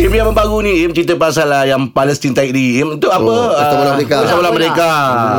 Im yang baru ni Im cerita pasal lah yang Palestin tarik diri Im tu apa? Oh, Pesta Bola Ah, Merdeka. Pesta Bola Merdeka.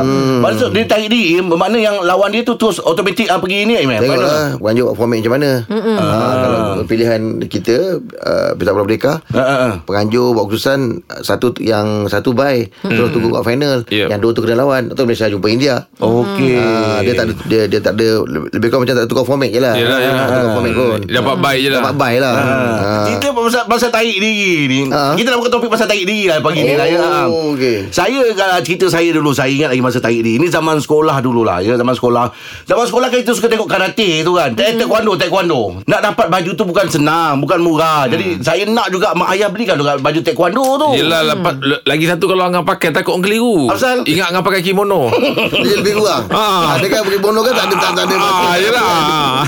Hmm. Maksud dia tarik diri Im bermakna yang lawan dia tu terus automatik ah, pergi ni Im. eh? Mana? Tengoklah Puan Jok format macam mana ha, Ah. Kalau pilihan kita uh, Pesta Bola Merdeka Ah, Ha, ha, ha. Penganjur buat keputusan ah, Satu yang Satu bye Terus tunggu kat final Yep. Yang dua tu kena lawan Lepas tu Malaysia jumpa India Okey. Ah, dia tak ada dia, dia tak ada lebih kurang macam tak tukar format je lah. Yelah, yelah. Tak tukar format pun. Ah, Dapat Hmm. bye je lah. Dapat bye lah. Ah. Kita pasal, pasal tarik diri ni Ah. Kita nak buka topik pasal tarik diri lah Pagi Oh, ni lah ya. Ah. okey. Saya kalau cerita saya dulu Saya ingat lagi masa tarik diri Ni zaman sekolah dulu lah ya, Zaman sekolah Zaman sekolah kan kita suka tengok karate tu kan Hmm. Eh taekwondo taekwondo Nak dapat baju tu bukan senang Bukan murah Jadi Hmm. saya nak juga Mak ayah belikan juga baju taekwondo tu Hmm. Yelah lepas, le- lagi satu kalau Angang pakai takut orang keliru. Apasal? Ingat Angang pakai kimono. Dia lebih kurang. Ah. Ah. Dia kan pergi bono kan tak ada tak, tak ada. ah, yelah.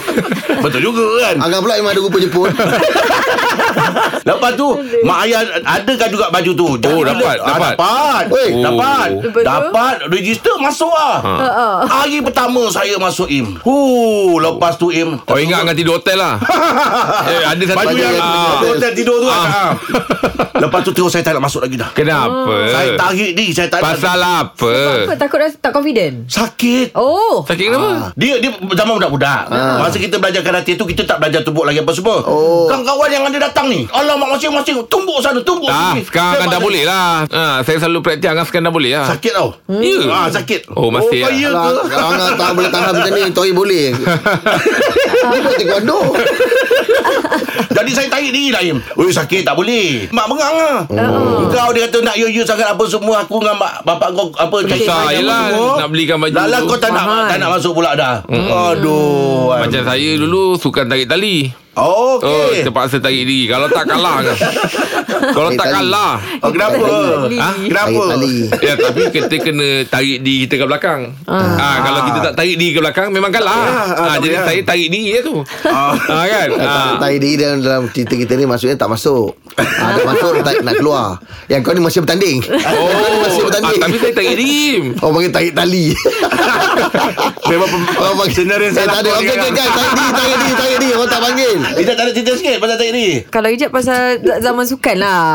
Betul juga kan Anggap pula memang ada rupa Jepun. Lepas tu Mak ayah Adakah juga baju tu Oh, Jadi dapat, bila- ah, dapat. Dapat Weh. oh. Dapat Lepas tu? Dapat Register masuk lah Ha. Hari pertama saya masuk Im Huh, Lepas tu Im Oh ingat Angang tidur hotel lah. eh, ada satu Baju yang Ah. Hotel tidur tu ah. Lepas tu terus saya tak nak masuk lagi dah Kenapa? Saya tarik ni Saya tak nak Pasal apa? Apa takut rasa tak confident? Sakit Oh. Sakit kenapa? Dia dia zaman budak-budak. Masa kita belajar karate tu kita tak belajar tumbuk lagi apa semua. Oh. Kawan-kawan yang anda datang ni. Alamak masing-masing tumbuk sana tumbuk Ah, sini. sekarang kan Tembak dah sini. boleh lah. Ah, saya selalu praktik Angang sekarang dah boleh lah. Sakit tau. Hmm. Ya. Ah, sakit. Oh, masih Oh, ah. ya ke? Kalau kalau Angah tak boleh tahan macam ni, Tori boleh. Dia buat taekwondo. Jadi saya tarik diri lah Im Ui sakit tak boleh Mak bengang lah oh. Kau dia kata nak you-you sangat apa semua Aku dengan mak, bapak kau apa cari Susah saya apa yelah semua. lah, nak belikan baju Lala tu. kau tak nak, Faham. tak nak masuk pula dah Aduh Macam saya dulu suka tarik tali. Oh, Okey terpaksa tarik diri. Kalau tak kalah kan. Kalau tak Tarik tali. kalah. oh, Kenapa? Ha? Kenapa? Tarik tali. Ya, tapi kita kena tarik diri kita ke belakang. Ah, kalau kita tak tarik diri ke belakang memang kalah. Ah, Ah, jadi tak boleh, saya tarik diri je tu. Ah, kan? Ah. Tari diri dalam, dalam cerita kita ni maksudnya tak masuk. Ada masuk tak nak keluar. Yang kau ni masih bertanding. Oh, Kau ni masih ah, bertanding. tapi saya tarik diri. Orang panggil tarik tali Memang pem- Orang panggil Senarai Saya salah tak ada kau Okey ni okey kan. guys Tarik diri tarik diri tarik diri Orang tak panggil Ijat tak ada cerita sikit pasal Eh, tarik diri Kalau Ijat pasal za- zaman sukan lah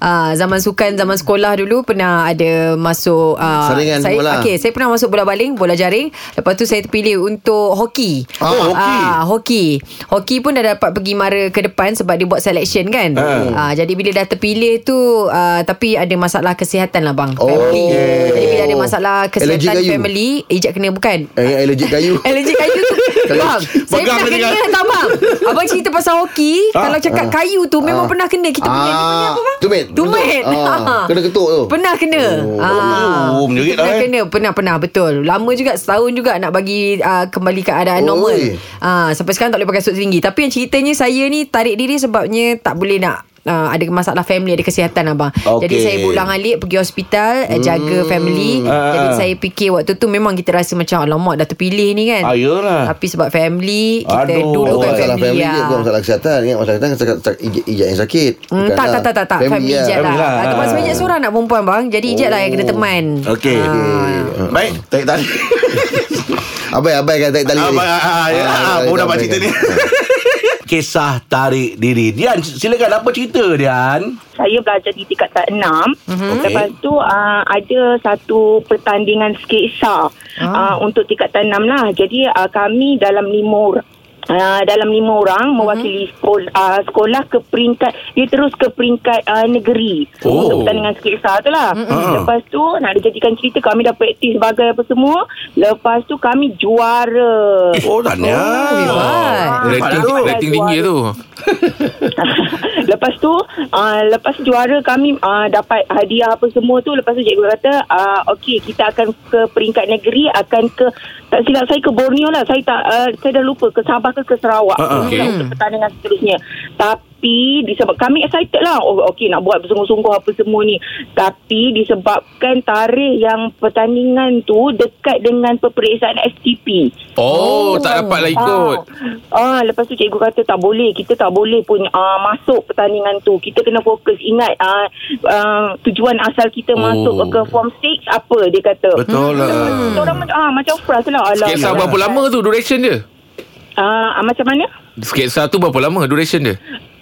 uh, Zaman sukan, zaman sekolah dulu Pernah ada masuk uh, Saringan saya, bola. okay, Saya pernah masuk bola baling, bola jaring Lepas tu saya terpilih untuk hoki Oh, hoki. Ah, hoki Hoki pun dah dapat pergi mara ke depan Sebab dia buat selection kan Ah, Jadi bila dah terpilih tu uh, Tapi ada masalah kesihatan lah bang Oh. Family Jadi bila ada Oh. masalah Allergi kesihatan kayu. family Ijat kena bukan Eh, ingat allergic kayu Allergi kayu tu Bang Saya Pegang pernah boleh kena dengar. Tak bang Abang cerita pasal hoki Kalau cakap kayu tu Memang pernah kena Kita punya ni punya apa bang? Ah. Tumit Tumit Ah, Kena ketuk tu Pernah kena ah. Oh, menjerit Pernah lah, eh. kena Pernah pernah betul Lama juga Setahun juga nak bagi ah, Kembali keadaan Oi. normal ah, Sampai sekarang tak boleh pakai sut tinggi Tapi yang ceritanya Saya ni tarik diri Sebabnya tak boleh nak Uh, ada masalah family Ada kesihatan abang Okey. Ah, Jadi saya pulang alik Pergi hospital hmm. Jaga family Jadi saya fikir Waktu tu memang kita rasa Macam alamak dah terpilih ni kan Ah, yelah. Tapi sebab family Kita Aduh. Oh, dulu Bukan kan masalah family, family je lah. Bukan masalah kesihatan Ingat masalah kesihatan sak- sak- Ijat ijat yang sakit Hmm, Bukan tak, lah. tak, tak, tak, tak. Family, lah. ijat lah. Family lah. Oh. lah. Sebab sebenarnya seorang nak perempuan bang. Jadi ijat lah yang kena teman. Okey Ah. Baik Tarik tali Ah, Abai abai kan tarik tali Ah, tadi. ah, ah, ya, Ah, ah, tarik Baru tali, dapat abai cerita kan. ni Kisah tarik diri Dian silakan Apa cerita Dian saya belajar di tingkat 6 Mhm. Hmm. mm-hmm. Okey. lepas tu uh, ada satu pertandingan sketsa ah. uh, untuk tingkat 6 lah jadi uh, kami dalam lima orang Uh, dalam lima Hmm. orang mewakili sekolah, uh, sekolah ke peringkat dia terus ke peringkat uh, negeri Oh. Hmm, untuk pertandingan sketsa tu lah mm-hmm. lepas tu nak dijadikan cerita kami dah praktis bagai apa semua lepas tu kami juara Eh, Oh tanya Ah. hebat. Rating, rating Padahal juara. tinggi tu. lepas tu uh, lepas juara kami uh, dapat hadiah apa semua tu lepas tu cikgu kata uh, okey kita akan ke peringkat negeri akan ke tak silap saya ke Borneo lah saya tak uh, saya dah lupa ke Sabah ke ke Sarawak lah Ah, ah, okey. Untuk pertandingan seterusnya tapi disebab kami excited lah oh, okey nak buat bersungguh-sungguh apa semua ni tapi disebabkan tarikh yang pertandingan tu dekat dengan peperiksaan STP Oh, tak dapat lah ikut. Ah, ah, lepas tu cikgu kata tak boleh, kita tak boleh pun ah, masuk pertandingan tu. Kita kena fokus ingat ah, ah, tujuan asal kita Oh. oh. masuk ke form 6 apa dia kata. Betul lah Hmm. Orang ah, macam frust lah. Alah, Kisah tak berapa nak. lama tu duration dia? Uh, macam mana? Sketsa tu berapa lama duration dia?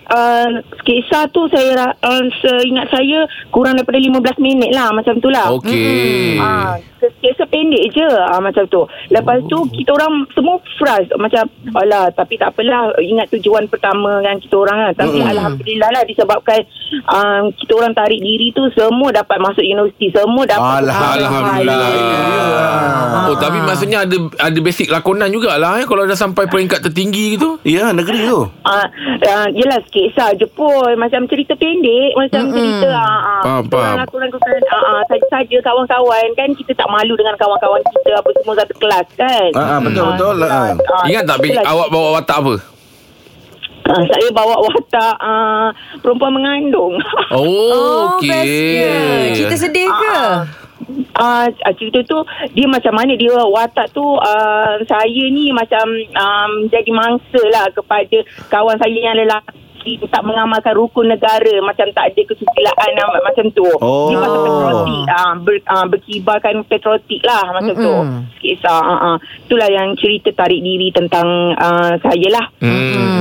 Uh, sketsa tu saya ra- uh, seingat saya kurang daripada 15 minit lah macam tu lah. Okey. Ah, sketsa pendek je ah, macam tu. Lepas tu kita orang semua frust macam alah tapi tak apalah ingat tujuan pertama kan kita orang kan. Tapi alhamdulillah lah disebabkan ah, kita orang tarik diri tu semua dapat masuk universiti, semua dapat Alah, Alhamdulillah. Ah. Oh tapi maksudnya ada ada basic lakonan jugalah eh kalau dah sampai peringkat tertinggi gitu. Ya, negeri tu. Ah, uh, yelah sketsa je pun Macam cerita pendek Macam mm-hmm. cerita ah, ah, Faham, faham. Kurang-kurang ah, ah, Saja-saja kawan-kawan Kan kita tak malu dengan kawan-kawan kita Apa semua satu kelas kan Ah, ah, betul, betul. Ah. ah, Ingat tak itulah. awak bawa watak apa? Ah, saya bawa watak ah, Perempuan mengandung Oh, bestnya. okey. Cerita sedih ke? Ah, ah, cerita tu dia macam mana dia watak tu ah, saya ni macam um, jadi mangsa lah kepada kawan saya yang lelaki tak mengamalkan rukun negara macam tak ada kesusilaan ah, macam tu Oh. dia macam patriotik ah, ber, ah, berkibarkan patriotik lah macam Mm-mm. tu kisah ah, ah. itulah yang cerita tarik diri tentang ah, saya lah Hmm.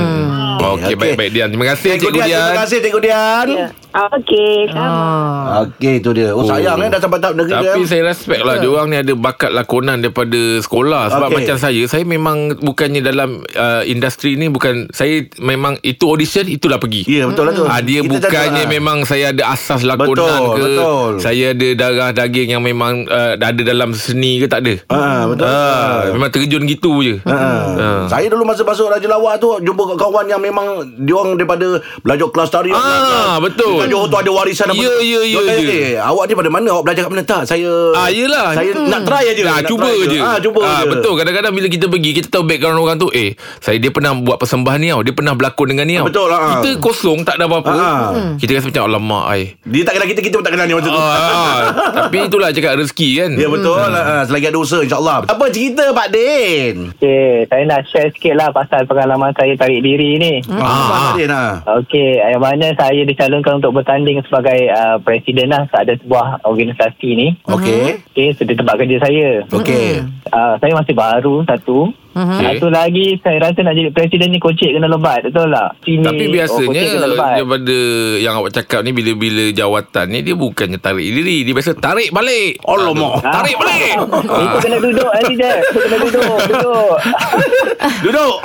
Okey, Okey. baik-baik Dian. Terima kasih Cikgu Cikgu Dian, Dian. terima kasih Cikgu Dian. yeah. ah, okay sama Ah. Okey, tu dia. Oh, sayang eh dah sampai tahap negeri Tapi dia. saya respect lah Diorang ni ada bakat lakonan Daripada sekolah Sebab Okey. macam saya Saya memang Bukannya dalam uh, Industri ni Bukan Saya memang Itu audition Itulah pergi Ya, betul lah tu. Ah, dia Kita tak bukannya tahu lah. memang saya ada asas lakonan Betul, ke betul. saya ada darah daging yang memang uh, ada dalam seni ke tak ada. Ah, betul. Ah, memang terjun gitu je. Ah. Saya dulu masa masuk Raja Lawak tu jumpa kawan yang memang diorang daripada belajar kelas tarian. Ah, kelas- betul. Dekat Johor tu ada warisan apa. Ya, ya, ya, Dia tanya, ya. "Eh, awak ni pada mana? Awak belajar kat mana tak? Saya Ah yelah Saya nak try aje. Nah, nak cuba try je Ah, cuba ah, je. Betul Kadang-kadang bila kita pergi Kita tahu background orang tu Eh saya Dia pernah buat persembahan ni tau Dia pernah berlakon dengan ni tau Betul, ah. Kita kosong Tak ada apa-apa Hmm. Ah. Kita rasa macam Alamak ai Dia tak kenal kita, kita pun tak kenal dia macam tu. ah, ah. Tapi itulah cakap rezeki kan Ya betul ah, Selagi ada usaha insyaAllah Apa cerita Pak Din? Okey, saya nak share sikit lah pasal pengalaman saya tarik diri ni. Ah, Pak Din ah. Okey, yang mana saya dicalonkan untuk bertanding sebagai uh, presiden lah ada sebuah organisasi ni. Hmm. Okey Okey, so di tempat kerja saya. Okey Hmm. Uh, saya masih baru satu. Okey. Satu lagi saya rasa nak jadi presiden ni kocik kena lebat, betul tak? Sini, Oh, Tapi biasanya kocik kena lebat. Daripada Yang awak cakap ni Bila-bila jawatan ni Dia bukannya tarik diri Dia biasa tarik balik Alamak. Tarik balik Itu ah. kena duduk nanti je. Itu kena duduk, Ah. duduk. Duduk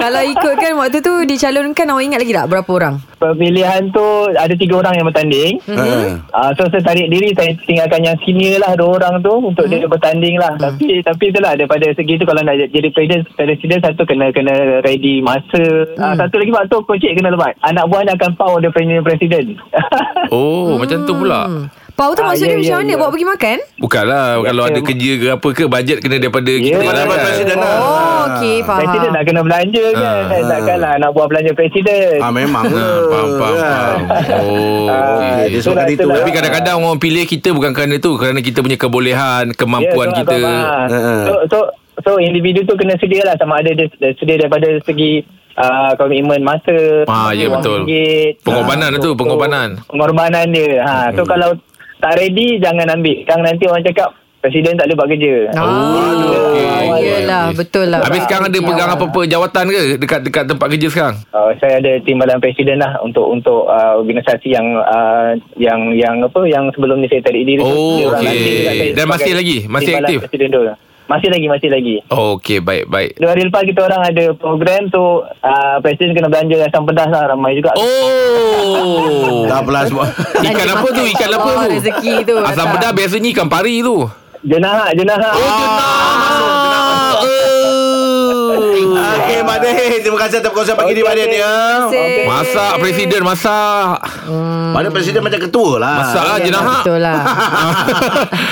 Kalau ikutkan waktu tu dicalonkan awak ingat lagi tak berapa orang? Mhm. Pemilihan tu ada tiga orang yang bertanding. Ah. Ah, so saya tarik diri saya tinggalkan yang senior lah dua orang tu untuk dia Mhm. bertanding lah. Tapi tapi itulah daripada segi tu kalau nak j- jadi presiden presiden satu kena kena ready masa. Mhm. Ah, satu lagi waktu kocik kena lebat. Anak buah dia akan power dia punya presiden. Oh macam tu pula Pau tu Ah, ya, maksudnya ya, macam mana? ya. Bawa pergi makan? Bukanlah Kalau Ya, ada ya. kerja ke apa ke Bajet kena daripada Ya, kita mana lah, Dapat kan? presiden lah Oh, okey, presiden faham. nak kena belanja kan. Ah. Takkanlah anak buah belanja presiden. Ah memang Ha, Ya. faham, faham, faham. Oh, Ah, Dia okay. itu suka lah, itu itu lah. Tapi kadang-kadang orang pilih kita bukan kerana tu Kerana kita punya kebolehan Kemampuan Ya, yeah, tu kita Ah. abang, abang. Ha. So, so, so individu tu kena sedia lah sama ada dia sedia daripada segi uh, komitmen masa. Ah, ya, wang betul. ringgit. Pengorbanan Ah, tu, so- pengorbanan. Hmm. so, Pengorbanan dia. Ha, so kalau tak ready jangan ambil. Jangan nanti orang cakap presiden tak boleh buat kerja. Ah, Oh, okey. Yelah, betul lah. Habis sekarang ada pegang apa-apa jawatan ke Dekat dekat tempat kerja sekarang Uh, saya ada timbalan presiden lah untuk untuk uh, organisasi yang uh, yang yang apa yang sebelum ni saya tarik diri. tu. Oh, Dia orang okey. lantik saya Dan masih sebagai lagi? Masih timbalan aktif? Presiden dulu. Masih lagi, masih lagi. Okey baik-baik Dua hari lepas kita orang ada program so uh, presiden kena belanja asam pedas lah ramai juga. Oh Tak apalah semua Ikan apa tu Ikan apa tu Rezeki tu. Asam datang. pedas biasanya ikan pari tu Oh, Jenahak, jenahak. Ah. Oh. Okey Pak Din Terima kasih atas perkongsian pagi ni Pak Din ya Terima kasih. Masak Presiden masak Mana Hmm. presiden macam ketua lah Masak lah Ya, jenahak Betul lah.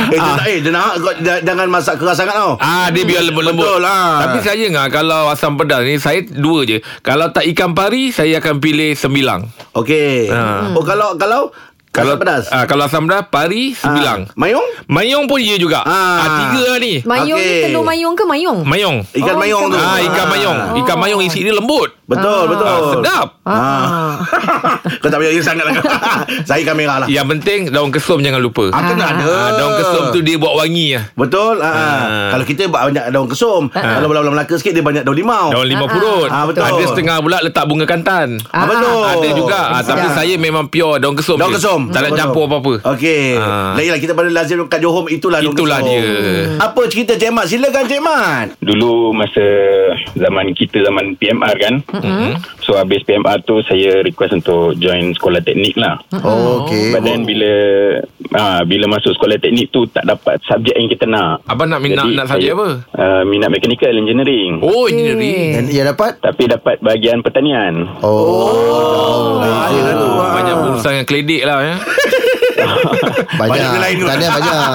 Eh, jenah- eh jenah kau j- jangan masak keras sangat tau Ah dia biar lembut-lembut. Hmm. Betul lah. Tapi saya ngah kalau asam pedas ni saya dua je. Kalau tak ikan pari saya akan pilih sembilang. Okey Ha. Oh kalau Kalau Kalau Kalau pedas Ah kalau asam pedas pari sembilang. Ah, Mayung Mayong pun ya juga. Ah. Ah, tiga lah ni. Mayung ni Okey. telur mayung ke mayung? Mayong. Ikan Oh, mayung ikan tu Ah ikan mayong. Ikan mayong isi dia lembut. Betul, betul. Ah, sedap. Ah. Kau tak payah sangat lah. Saya kamera lah. Yang penting daun kesum jangan lupa. Ah, kena ada. Ah, daun kesum tu dia buat wangi lah. Betul ah. Ah. Kalau kita banyak daun kesum Ah. Kalau belah-belah Melaka sikit Dia banyak daun limau Daun lima Ah, purut. ah, betul. Ada setengah pula letak bunga kantan. Ah, betul. Ada juga. Ah, tapi Sedap. saya memang pure daun kesum. Ya. Daun je. kesum Tak nak Daun campur kesum. apa-apa. Okey Ah. Lainlah kita pada lazim Kat Johor Itulah daun Itulah kesum. dia. Apa cerita Cik Mat Silakan Cik Mat Dulu masa zaman kita zaman PMR kan. Mm-hmm. So habis PMR tu saya request untuk join sekolah teknik lah. Oh, okay. But then bila ha, bila masuk sekolah teknik tu tak dapat subjek yang kita nak. Abang nak minat nak subjek apa? Uh, minat mechanical engineering. Oh. Oh, engineering. Dan yang dapat? Tapi dapat bahagian pertanian. Oh, Ah, banyak urusan dengan kledik lah ya. banyak. Banyak lain tu. Tahniah banyak. Ah.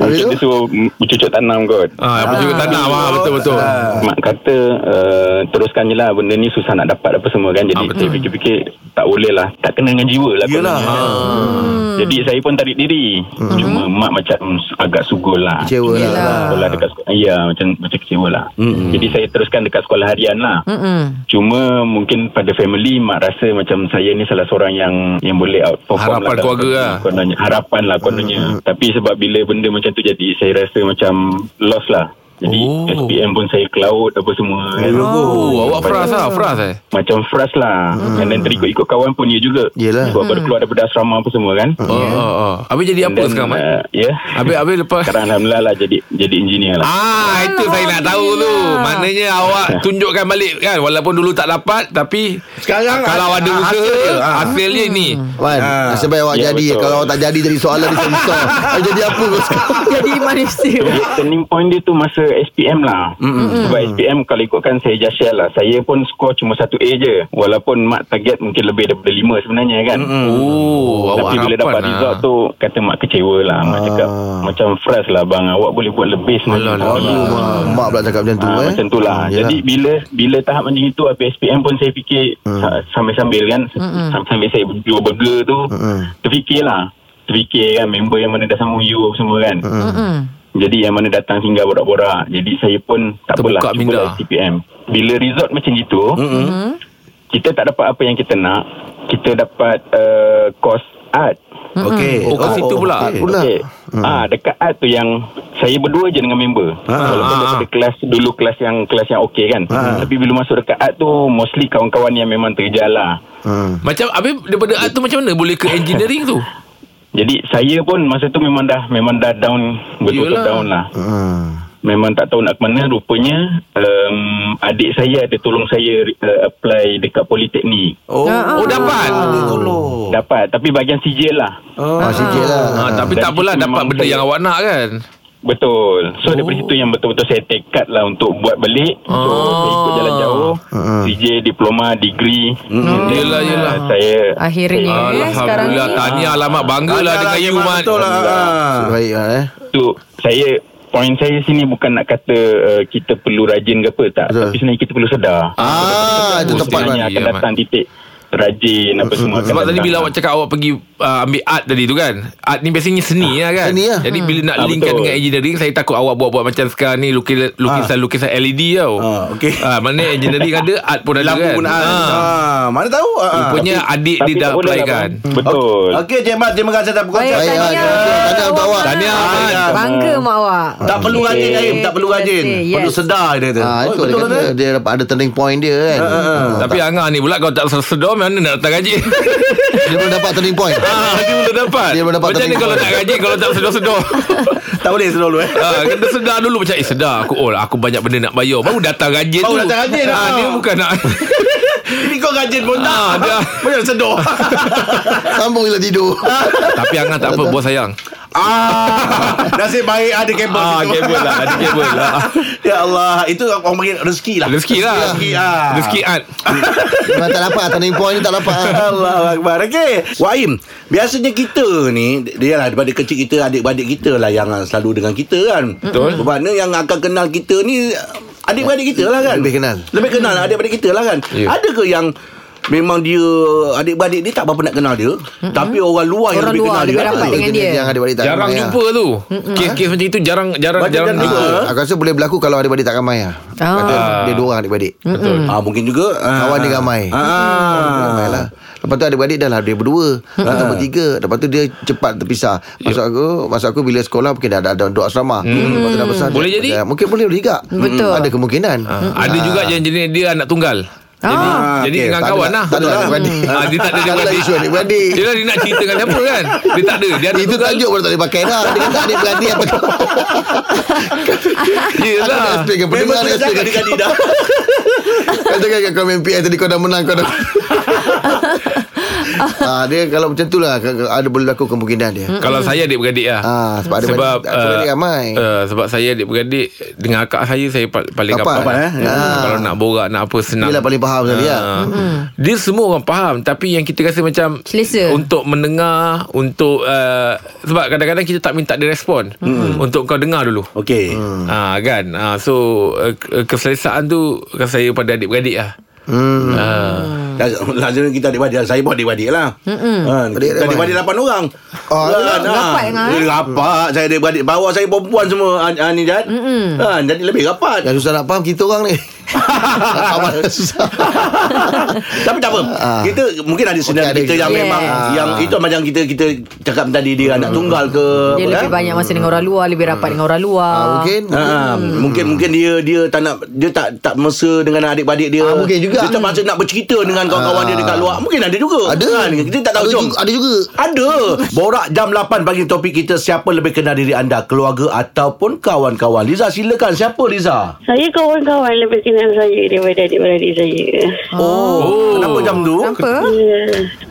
Habis Cucuk tu? dia suruh mm, cucuk tanam kot. Ah, apa juga tanah ah, betul betul. Mak kata uh, teruskan je lah benda ni susah nak dapat apa semua kan. Ah, Jadi saya fikir-fikir tak boleh lah. Tak kena dengan jiwa lah. Yelah. Ah. kononnya. Jadi saya pun tarik diri. Cuma mak macam agak sugul lah. Kecewa lah. Yelah. Sekolah dekat sekolah. Ya macam, macam kecewa lah. Jadi saya teruskan dekat sekolah harian lah. Cuma mungkin pada family mak rasa macam saya ni salah seorang yang yang boleh outperform Harapan lah dalam keluarga lah. Hmm. kononnya harapan lah kononnya tapi sebab bila benda macam tu jadi saya rasa macam lost lah jadi Oh. oh. SPM pun saya cloud apa semua kan. Oh, awak fras lah, fras eh. macam fras lah hmm. and then terikut-ikut kawan pun ya juga Yelah. sebab baru keluar daripada asrama apa semua kan Hmm. Ya. Oh, oh, oh. Habis jadi apa Dan, sekarang, Mat? uh, ya yeah. Habis habis lepas sekarang Alhamdulillah lah jadi jadi engineer lah Ah, itu saya nak tahu tu. Maknanya awak tunjukkan balik kan walaupun dulu tak dapat tapi Sekarang kalau ah, ada ah, usaha hasil dia, ah. hasil dia ni. Wan, nasib baik awak Ya, jadi. betul. Kalau awak tak jadi, jadi soalan di sensor. Ah, Awak jadi apa kau sekarang? Jadi manusia Jadi turning point dia tu masa SPM lah mm-hmm. Sebab SPM kalau ikutkan saya just share lah Saya pun skor cuma 1A je Walaupun mak target mungkin lebih daripada 5 sebenarnya kan mm-hmm. Oh, awak Tapi bila harapan dapat lah. result tu Kata mak kecewa lah Mak Ah. cakap Macam frust lah bang Awak boleh buat lebih sebenarnya Alah, alah, Ah, Mak pula cakap macam tu ah, eh. Macam tu lah Yelah. Jadi bila bila tahap macam itu Habis SPM pun saya fikir Hmm. sa- Sambil-sambil kan Sambil-sambil saya jual burger tu Hmm, Terfikir lah Terfikir kan Member yang mana dah sambung you apa Semua Hmm, kan Hmm. Jadi yang mana datang singgah borak-borak Jadi saya pun Tak Terbuka apalah lah minda. Cubalah SPM Bila result macam itu Kita tak dapat apa yang kita nak Kita dapat uh, Course art Okey Oh, kat situ pula. okey. Pula. Okay. Ah dekat art tu yang saya berdua je dengan member. Walaupun ah, daripada kelas dulu kelas yang kelas yang okey kan. Tapi bila masuk dekat art tu mostly kawan-kawan yang memang terjal lah. Macam habis daripada art tu macam mana boleh ke engineering tu? Jadi saya pun masa tu memang dah memang dah down betul-betul Yelah. down lah. Hmm. Memang tak tahu nak ke mana rupanya um, adik saya ada tolong saya uh, apply dekat politeknik. Oh, Oh, dapat. tolong. Dapat tapi bahagian sijil lah. Ah, sijil lah. Ah, tapi Dan tak apalah itu dapat memang benda saya- yang awak nak kan. Betul. So oh. daripada situ yang betul-betul saya tekad lah untuk buat balik. So Oh. saya ikut jalan jauh. Mm-mm. CJ diploma, degree. Mm. Hmm. Yelah, yelah. Saya Ah. Akhirnya eh, sekarang ni Alhamdulillah tahniah lah mak banggalah dengan you mat. Betul lah ah. Baik lah eh. So saya point saya sini bukan nak kata uh, kita perlu rajin ke apa tak. Betul. Tapi sebenarnya kita perlu sedar. Ah, itu Oh, tempat Sebenarnya Mat. akan Ya, Mat. datang titik rajin apa semua. kan akan Sebab tadi datang. bila awak cakap awak pergi uh, ambil art tadi tu kan Art ni biasanya seni lah kan Seni lah. Jadi bila nak Ah, linkkan betul. dengan engineering Saya takut awak buat-buat macam sekarang ni lukis- Lukisan-lukisan LED tau Ah, okey. Ah, Mana engineering ada art pun ada Lampu kan pun ada. Ah. Ah, Mana tahu ah, ah. Rupanya adik Tapi dia dah tak boleh apply lah, kan Bang. Betul. Okey Cik Mat Terima kasih atas Baik, perkongsian ah, tahniah tahniah untuk awak. Tahniah, Mat. Bangga mak awak Ah, Tak perlu rajin Aim Tak perlu rajin Yes. Perlu sedar dia tu Ah, itu Oh, Ah, dia kata dia dapat ada turning point dia kan. Hmm, Tapi Angah ni pula Kalau tak sedar Mana nak datang gaji Dia belum dapat turning point. Ah, Dia belum dapat Dia belum dapat Macam ni tadi. kalau tak gaji Kalau tak sedar-sedar Tak boleh selalu eh Ah, kena sedar dulu macam eh sedar aku oh aku banyak benda nak bayar baru datang rajin Baru tu. datang rajin, Ah, ah. dia bukan nak Ini kau rajin pun tak Ah, dia. Macam sedar Sambung gila tidur. Tapi Angah tak apa buat sayang. Ah, Nasib baik ada kabel Ah, situ. kabel lah, ada kabel lah. Ya Allah Itu orang panggil rezeki lah Rezeki lah. Rezeki ah. Rezeki ah. art. Memang tak dapat turning point ni tak dapat. Allah Akbar Okey Waim Biasanya kita ni Dia lah daripada kecil kita Adik-beradik kita lah Yang ah, selalu dengan kita kan Betul Bermakna yang akan kenal kita ni Adik-beradik kita lah kan Lebih kenal. Hmm. Lebih kenal adik-beradik kita lah kan Ya. Ada ke yang memang dia adik-beradik dia tak berapa nak kenal dia mm-hmm. tapi orang luar yang Hmm. Orang lebih luar kenal lebih dia rapat dengan dia. Yang adik-adik tak ya. Jarang ramai, jumpa tu Kes-kes macam itu Jarang Jarang Macam jarang jarang jumpa jumpa. Ah, Aku rasa boleh berlaku Kalau adik-adik tak ramai lah Ah. Kata Dia dua orang adik-adik Betul. Ah mungkin juga ah. Kawan dia ramai. Ah. Ramai lah Lepas tu adik-adik dah lah Dia berdua Lepas tu bertiga Lepas tu dia cepat terpisah Maksud aku Maksud aku bila sekolah Mungkin dah ada duduk asrama Lepas tu dah besar Boleh dia- jadi. dia- Mungkin boleh juga Betul. Ada kemungkinan Ah. Ada juga yang jenis dia anak tunggal Jadi, Ah, jadi okey. dengan Tak ada- kawan lah tak ada adik-beradik. Ah, Dia tak ada Tak ada adik-beradik. isu adik-beradik. Dia lah dia nak cerita dengan siapa kan Dia tak ada Dia anak Itu tunggal tajuk baru tak boleh pakai dah Dia kata adik-beradik atau Aku Yelah tak explain ke Memang pendengar Aku tu explain cakap ke dekat Dida Kau cakap kat komen PI tadi kau dah menang kau dah ah, dia kalau macam tu lah k- k- ada boleh laku kemungkinan dia. Kalau saya adik-beradik lah Ah, sebab adik-beradik- sebab, adik-beradik ah, ramai. ah, Sebab saya adik-beradik Dengan akak saya Saya pa- paling Rapat. rapat, Rapat, eh? Ah, Ah. Kalau nak borak Nak apa senang Yelah, paling faham sekali, ya. Ah. Dia semua orang faham Tapi yang kita rasa macam Selesa. Untuk mendengar Untuk ah, Sebab kadang-kadang kita tak minta dia respon Mm. Untuk kau dengar dulu Okey Ah kan. Ah so uh, keselesaan tu kan saya pada adik-beradik lah. Hmm. Ah. Lazim kita adik-beradik Saya pun adik-beradik lah ha, Adik-adik Kita adik-beradik 8 orang Oh, ha, rapat dengan, eh? eh, Rapat Saya adik-beradik Bawah saya perempuan semua ha, ni Jad ha, Jadi lebih rapat Yang susah nak faham kita orang ni. Nak faham mana susah. Tapi tak apa Ah. Kita mungkin ada Okey, senang ada kita juga. yang Yes. memang Yang itu macam kita kita cakap tadi Dia anak tunggal ke Dia apa, eh? lebih banyak masa dengan orang luar Lebih rapat dengan orang luar Ah, mungkin Ha, mungkin mungkin dia dia tak nak dia tak tak mesra dengan adik-beradik dia. Ah, mungkin juga. Ah. Dia terpaksa nak bercerita dengan kawan-kawan dia dekat luar. Mungkin ada juga. ada. Kan? Kita tak tahu ada jom. juga, ada juga. Ada. Borak jam 8 pagi topik kita siapa lebih kenal diri anda, keluarga ataupun kawan-kawan. Liza silakan siapa Liza? Saya kawan-kawan lebih kenal saya daripada adik-beradik saya. Oh, kenapa jam tu? Kenapa? Ya.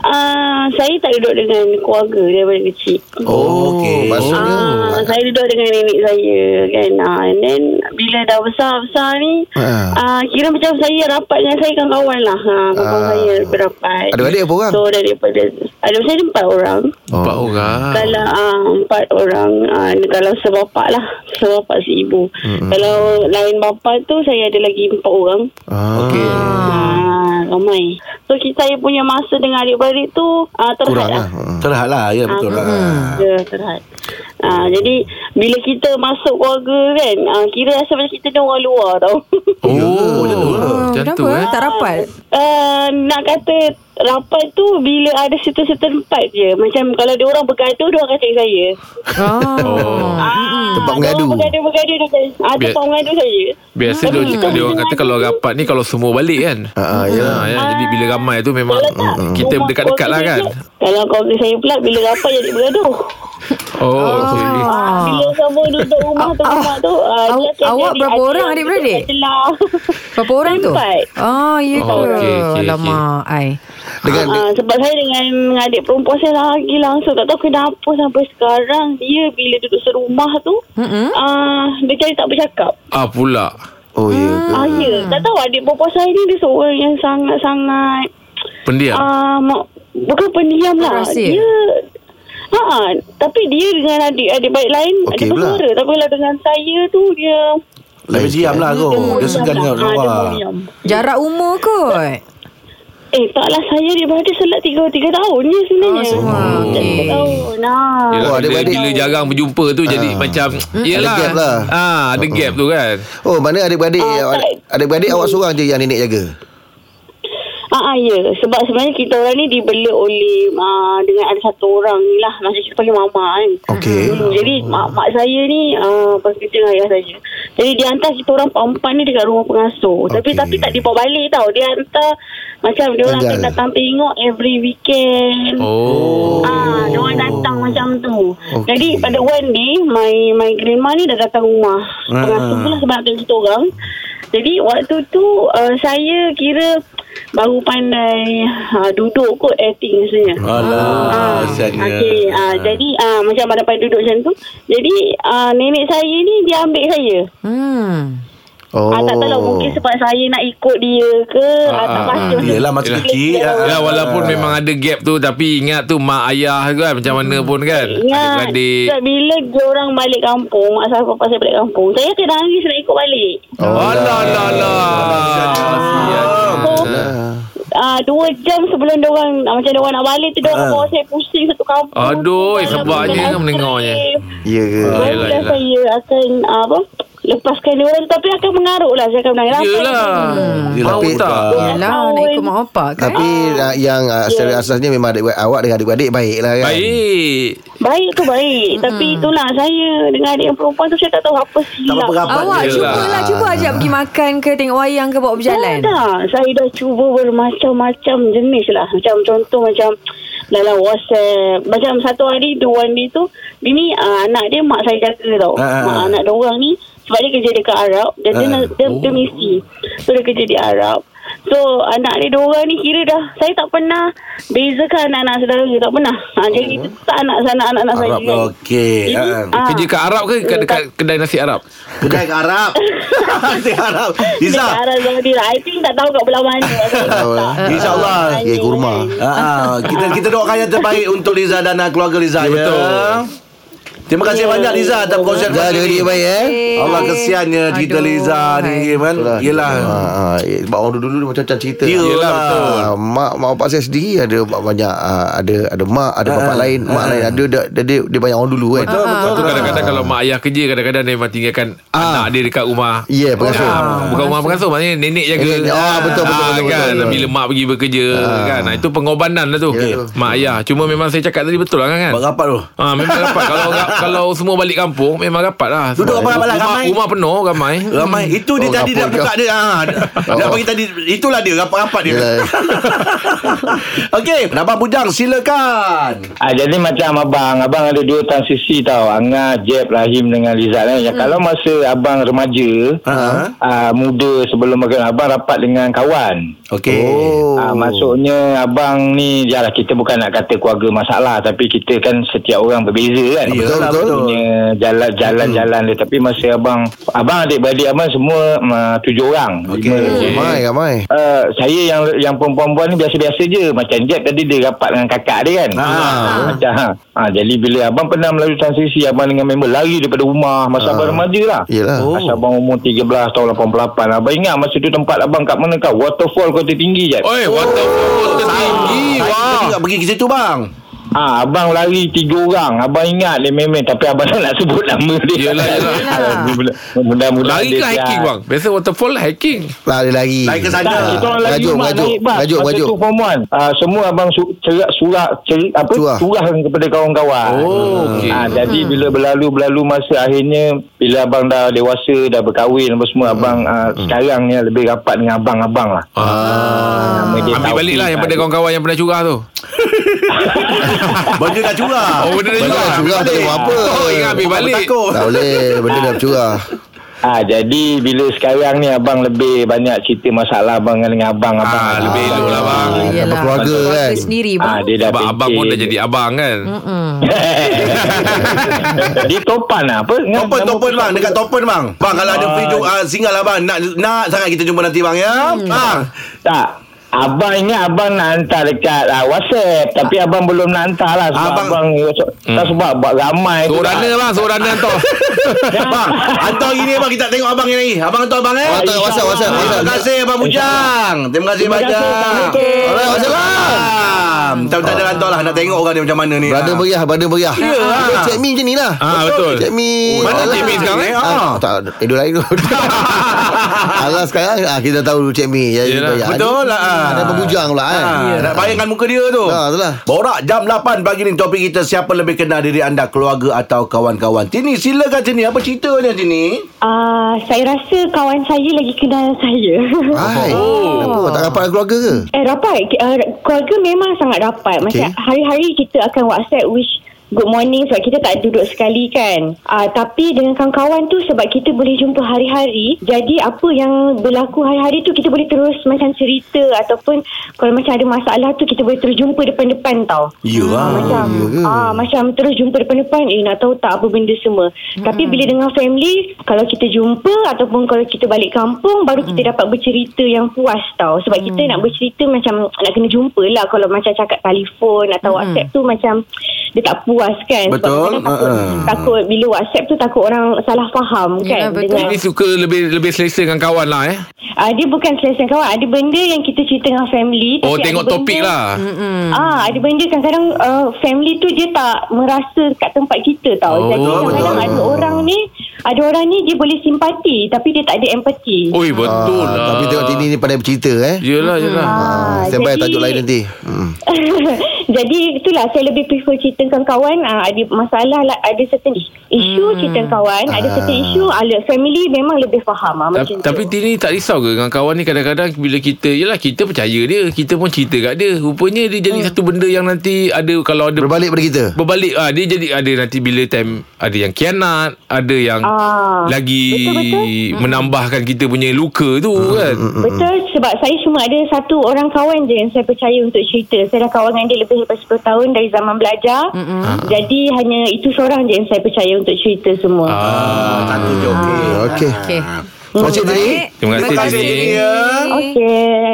Ah, saya tak duduk dengan keluarga daripada kecil. Oh, okey. Maksudnya Ah, saya duduk dengan nenek saya kan. Ah, and then bila dah besar-besar ni, Ha. Ah. ah, kira macam saya rapat dengan saya kawan-kawan lah. Ha, kawan Ah. saya berapat. Adik-beradik berapa orang? So daripada ada saya ada empat orang. Oh. Empat orang. kan. Kalau ah, empat orang ah, Kalau sebapak lah Sebapak seibu Kalau lain bapak tu Saya ada lagi empat orang ah, okey. Ah, ramai. So kita saya punya masa dengan adik-beradik tu ah, terhad Kurang lah. lah. Hmm. Terhad lah ya betul lah. Ya, terhad. Ah, jadi bila kita masuk keluarga kan, ah, kira rasa macam kita ni orang luar tau. Oh, macam tu. Ah, Macam Kenapa? tu eh. Tak rapat Ah, nak kata rapat tu bila ada certain-certain part je. Macam kalau dia orang bergaduh, dia akan cari saya. Oh Ah, Tempat mengadu. Bergaduh-bergaduh dia akan ah, Biar- tempat mengadu saya. Biasa Tapi logika kita dia orang punya kata kalau rapat ni kalau semua balik kan. Ah, ah, Ya, ya. ya. Jadi bila ramai tu memang Kalau tak, kita rumah dekat-dekat lah keluarga kan. saya pula- Kalau keluarga saya pula Bila rapat jadi bergaduh Oh, okey. Ah. Bila semua duduk rumah tu rumah tu ah, dia Awak- akan awak jadi berapa orang ada adik-beradik? ada lah. Berapa orang tu? Empat. Ah, ya ke? Oh, okey, okey, Alamak, ai. Dengan Ah, sebab saya dengan adik perempuan saya lagi langsung tak tahu kenapa sampai sekarang dia bila duduk serumah tu Mm-mm. ah dia cari tak bercakap. Ah pula. Oh ya. ke? Ah ya, tak tahu adik perempuan saya ni dia seorang yang sangat-sangat Pendiam. ah mak, bukan pendiam lah. Rahsia. Dia Ha, tapi dia dengan adik-adik baik lain Okey okay, ada pula. bersuara. Tapi kalau dengan saya tu dia Lebih diam lah tu. Dia segan dengan Ah, dia luar. diam. Jarak umur kot. Eh taklah saya daripada selat 3 3 tahun je sebenarnya. Oh, semua. Okey. Tiga tahun. ah. Nah. Yelah, Oh, bila, adik-beradik. Ah. bila jarang berjumpa tu jadi macam Yelah Ada gap lah. ah, Ada gap tu kan Oh, mana adik-beradik? Ah, tak. Adik-beradik awak seorang je yang nenek jaga. Ah, ah ya sebab sebenarnya kita orang ni dibela oleh ah, dengan ada satu orang ni lah macam kita panggil mama kan. Okey. Hmm, jadi mak, mak saya ni ah pekerja dengan ayah saya. Jadi dia hantar kita orang perempuan ni dekat rumah pengasuh. Tapi Okey. tapi tak dibawa balik tau. Dia hantar macam dia orang akan Tinggal. datang tengok every weekend. Oh Ah, dia orang datang macam tu. Okey. Jadi pada one day my my grandma ni dah datang rumah. Ah, Pengasuh pula sebab ada kita orang. Jadi waktu tu uh, saya kira baru pandai uh, duduk kot acting sebenarnya. Alah, kesiannya. Okey, ah, jadi ah, macam pada pandai duduk macam tu. Jadi ah, nenek saya ni dia ambil saya. Hmm. Oh. Ah, tak tahu lah mungkin sebab saya nak ikut dia ke ah, tak Ah, pasti. macam Yelah masa Yelah. kecil. Ya walaupun memang ada gap tu Tapi ingat tu Mak ayah kan Macam mana pun kan Ya, Adik-beradik sebab bila orang balik kampung, mak saya papa saya balik kampung, saya akan nangis nak ikut balik. Alah alah alah Kesian. Ah, so, ah, dua jam sebelum diorang ah, macam diorang nak balik tu Ah. diorang bawa saya pusing satu kampung. Aduh, eh, sebabnya Dalam kan mendengarnya. Ya Ah, ke? yelah, Barulah yelah. saya akan ah, apa lepaskan dia orang tapi akan mengarut lah saya akan menangis. Ramai Yelah. yang- Yelah, Mau Pet. tak? Yalah, nak ikut mak opak kan? Tapi uh, yang uh, secara asasnya memang adik, awak dengan adik-adik baik lah kan? Baik. Baik tu baik Hmm. tapi itulah saya dengan adik yang perempuan tu saya tak tahu apa Tak silap. apa rapat Awak dia. cuba cubalah Cuba ajak pergi makan ke Tengok wayang ke Bawa berjalan Dah, dah. Saya dah cuba bermacam-macam jenis lah. Macam contoh macam dalam WhatsApp. Macam satu hari tu, one day tu, dia ni uh, anak dia mak saya jaga tau. Ah, ah, Mak ah. anak dia orang ni, sebab dia kerja dekat Arab. Dan dia, Ah, nak- dia, dia misi. So, dia kerja di Arab. So, anak dia orang ni kira dah, saya tak pernah bezakan anak-anak saudara. Tak pernah. Ha, jadi, kita tak anak sana, anak-anak Oh. Arab saya. lah. juga. Okey Jadi, ah. ah, Kerja kat Arab ke kat, dekat kedai nasi Arab? Kedai kat Arab Kedai kat Arab Liza Dekat Arab Saudi lah. I think tak tahu kat belah mana. Tak tahu lah. InsyaAllah. Ya, eh? kurma. Ah, ah, kita kita doakan yang terbaik untuk Liza dan ah, keluarga Liza ya. Betul. Terima kasih banyak Liza atas perkongsian Jaga kali ini. dia baik eh? Allah kesiannya cerita Aduh. Liza ni kan. Yelah. Ha, ha, eh, sebab orang dulu dia macam-macam cerita. Yelah, Yelah, betul. Ha, mak mak bapak saya sendiri ada ba- banyak ha, ada ada mak, ada Ah, bapak lain, mak lain ada dia, dia, dia, dia banyak orang dulu kan. Betul Lepas tu kadang-kadang kalau mak ayah kerja kadang-kadang dia memang tinggalkan anak dia dekat rumah. Ya, pengasuh. Ah, bukan rumah pengasuh maknanya nenek jaga. Nenek, ah, betul, betul, betul, kan betul, betul. bila mak pergi bekerja kan. Ah, itu pengorbanan lah tu. Ya, tu. Mak ayah. Cuma memang saya cakap tadi betul lah kan. Buat rapat tu. Ah memang rapat kalau kalau semua balik kampung memang rapat lah. Duduk Sebab rapat-rapat lah, rumah, ramai. rumah penuh ramai. Hmm. Ramai Itu dia Oh, tadi dah rapat buka kau. dia ha, Dah dah bagi tadi Itulah dia Rapat-rapat dia Yelah. Okey Abang Bujang silakan Ah, jadi macam abang, abang ada dua transisi tau. Angah, Jeb, Rahim dengan Liza. Kan? Hmm. Kalau masa abang remaja, Ha. ah, muda sebelum makan, abang rapat dengan kawan. Okey Oh. Ah, maksudnya abang ni, yalah kita bukan nak kata keluarga masalah. Tapi kita kan setiap orang berbeza kan. Ya, Betul, Kita betul. Punya jalan-jalan-jalan dia. Tapi masa abang, abang adik-beradik abang semua uh, tujuh orang. Okey. Lima. Ramai, ramai. Uh, saya yang yang perempuan-perempuan ni biasa-biasa je. Macam Jeb tadi dia rapat dengan kakak dia kan. Ah. Ah, Macam ha. ha. Jadi bila abang pernah melalui transisi abang dengan member lari daripada rumah masa abang remaja lah. Yelah. Ah, Oh. Masa abang umur 13 tahun 88. Abang ingat masa tu tempat abang kat mana kau? Waterfall Kota Tinggi je. Oi, waterfall tertinggi. Saya Wah. Oh, juga pergi ke situ bang Ah, abang lari tiga orang. Abang ingat dia memang tapi abang tak nak sebut nama dia. Yelah, yelah. Mudah-mudahan Lari ke dia hiking sihat. bang? Biasa waterfall lah, hiking. Lari lari. Naik ke sana Tak, kita orang lari Merajuk, mak merajuk, naik bas. merajuk, Masa merajuk. tu perempuan. Uh, semua abang su- cerak surat ceri, apa curah. Curah. curahkan kepada kawan-kawan. Oh, okey. Ah, jadi bila berlalu-berlalu masa akhirnya bila abang dah dewasa, dah berkahwin apa semua abang Hmm. uh, sekarang ni lebih rapat dengan abang-abang lah. Ah. Nama dia Ambil Taufik balik lah yang pada Taufik. kawan-kawan yang pernah curah tu. Benda dah curah Oh, benda dah curah. Benda dah curah, tak buat apa. Oh, ingat ambil balik. Takut Tak boleh, benda dah curah. Ah jadi bila sekarang ni abang lebih banyak cerita masalah abang dengan abang abang. Ah, abang. lebih elok lah bang. Ah, Yelah keluarga kan. sendiri Ah, bang dia dah Sebab abang pun dah jadi abang kan. Dia topan lah apa? Ngam- Topen ngam- Topen bang Dekat Topen bang Bang kalau Ah. ada free uh, Singgah lah bang Nak, nak sangat kita jumpa nanti bang ya Hmm. Bang Tak. Abang ingat abang nak hantar dekat uh, WhatsApp tapi abang belum nak hantar lah sebab Abang- abang, abang hmm. tak sebab abang ramai tu Sorana lah. bang, sorana hantar. Bang Hantar gini bang Kita tak tengok abang ni Abang hantar abang eh Oh, hantar kat WhatsApp, WhatsApp, Terima WhatsApp. kasih abang Bujang Terima kasih Terima kasih, banyak Assalamualaikum. Alright Waalaikumsalam Tak tak ada hantar lah Nak tengok orang ni macam mana ni Berada Ah. meriah, berada meriah. Ya. Cik Mi macam ni lah. Ah, betul. Cik Mi. Mana Alah. Cik Mi sekarang, eh? Ah, tak, Idul lain tu. Alah sekarang ah, kita tahu dulu Cik Mi. Ya, Yelah, ya. Betul lah ah. Ada pembujang pula kan. Ah, Ya. Nak bayangkan muka dia tu Ah, itulah. Borak jam 8 pagi ni Topik kita Siapa lebih kenal diri anda Keluarga atau kawan-kawan Tini silakan Tini Apa ceritanya Tini Ah, saya rasa kawan saya lagi kenal saya. Hai. Kenapa? Oh. Ah, Tak rapat dengan keluarga ke? eh rapat Ki- ah, keluarga memang sangat rapat. Macam Okey. hari-hari kita akan WhatsApp wish good morning sebab kita tak duduk sekali kan. Ah, tapi dengan kawan-kawan tu sebab kita boleh jumpa hari-hari. Jadi apa yang berlaku hari-hari tu kita boleh terus macam cerita ataupun kalau macam ada masalah tu kita boleh terus jumpa depan-depan tau. Ya Ah, macam ah macam terus jumpa depan-depan eh nak tahu tak apa benda semua. Tapi bila dengan family kalau kita jumpa ataupun kalau kita balik kampung baru kita dapat bercerita yang puas tau. Sebab kita nak bercerita macam nak kena jumpa lah kalau macam cakap telefon atau WhatsApp tu macam dia tak puas was kan Sebab Betul. kadang-kadang takut, Ha, ha. takut bila whatsapp tu takut orang salah faham Ya, Yelah, kan betul. dengan Ini suka lebih lebih selesa dengan kawan lah eh. uh, dia bukan selesa kawan ada benda yang kita cerita dengan family Oh tapi tengok ada topik benda- lah. Ah, ada benda kadang-kadang uh, family tu dia tak merasa kat tempat kita Oh, tau. Oh, Jadi kadang-kadang betul. ada orang ni, ada orang ni dia boleh simpati tapi dia tak ada empati. Oi betul lah. Ah, Tapi tengok Tini ni pandai bercerita eh. Yelah yelah. Ah, Standby tajuk lain nanti. Hmm. Jadi itulah saya lebih prefer cerita dengan kawan ah, Ada masalah lah, Ada certain isu hmm. cerita dengan kawan Ada certain isu ala family memang lebih faham ah, Ta- macam tu. Tapi Tini tak risau ke dengan kawan ni kadang-kadang bila kita Yelah kita percaya dia Kita pun cerita kat dia Rupanya dia Mm. jadi satu benda yang nanti ada Kalau ada Berbalik pada kita. berbalik ah dia jadi ada nanti bila time ada yang kianat ada yang Ah, lagi betul-betul. menambahkan kita punya luka tu kan Betul sebab saya cuma ada satu orang kawan je yang saya percaya untuk cerita. Saya dah kawan dengan dia lebih daripada 10 tahun dari zaman belajar. Mm-hmm. Jadi hanya itu seorang je yang saya percaya untuk cerita semua. Satu je okey. Okey. Okey. Terima kasih Tini. Baik. Terima kasih, Tini. Okey.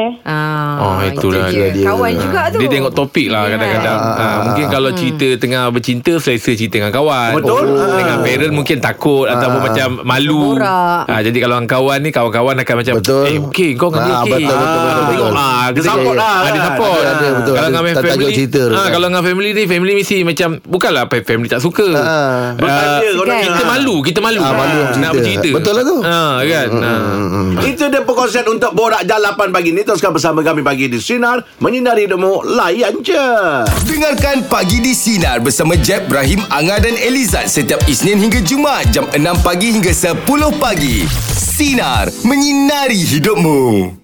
Oh, Ah, itulah itu dia. dia. Ah, Kawan juga tu. Dia tengok topik lah Ya. kadang-kadang. Ha, mungkin kalau cerita tengah bercinta, selesa cerita dengan kawan. Betul. Ah. Oh. Dengan parent mungkin takut ataupun macam malu. Borak. Ha, jadi kalau dengan kawan ni, kawan-kawan akan macam, Betul. eh okey, kau dengan dia Ah, okey. betul, betul, betul, betul. Tengok, ah, dia Kita support kaya. lah. Ah, Dia Ah, support. ada, betul. Kalau dengan Tak- tak family, tengok cerita tu ah, kan. kalau dengan family ni, family mesti macam, bukanlah pa- family tak suka. Ah. Ah, Berkata kau nak kita malu, kita malu. Ah, malu nak nak bercerita. bercerita. Betul lah tu. Ah, kan. Ah. Itu dia perkongsian untuk Borak Jam 8 pagi ni. Teruskan bersama kami pagi di Sinar. Menyinari hidupmu. Layan je. Dengarkan Pagi di Sinar bersama Jeb, Ibrahim, Anga dan Elizad setiap Isnin hingga Jumaat jam 6 pagi hingga 10 pagi. Sinar, menyinari hidupmu.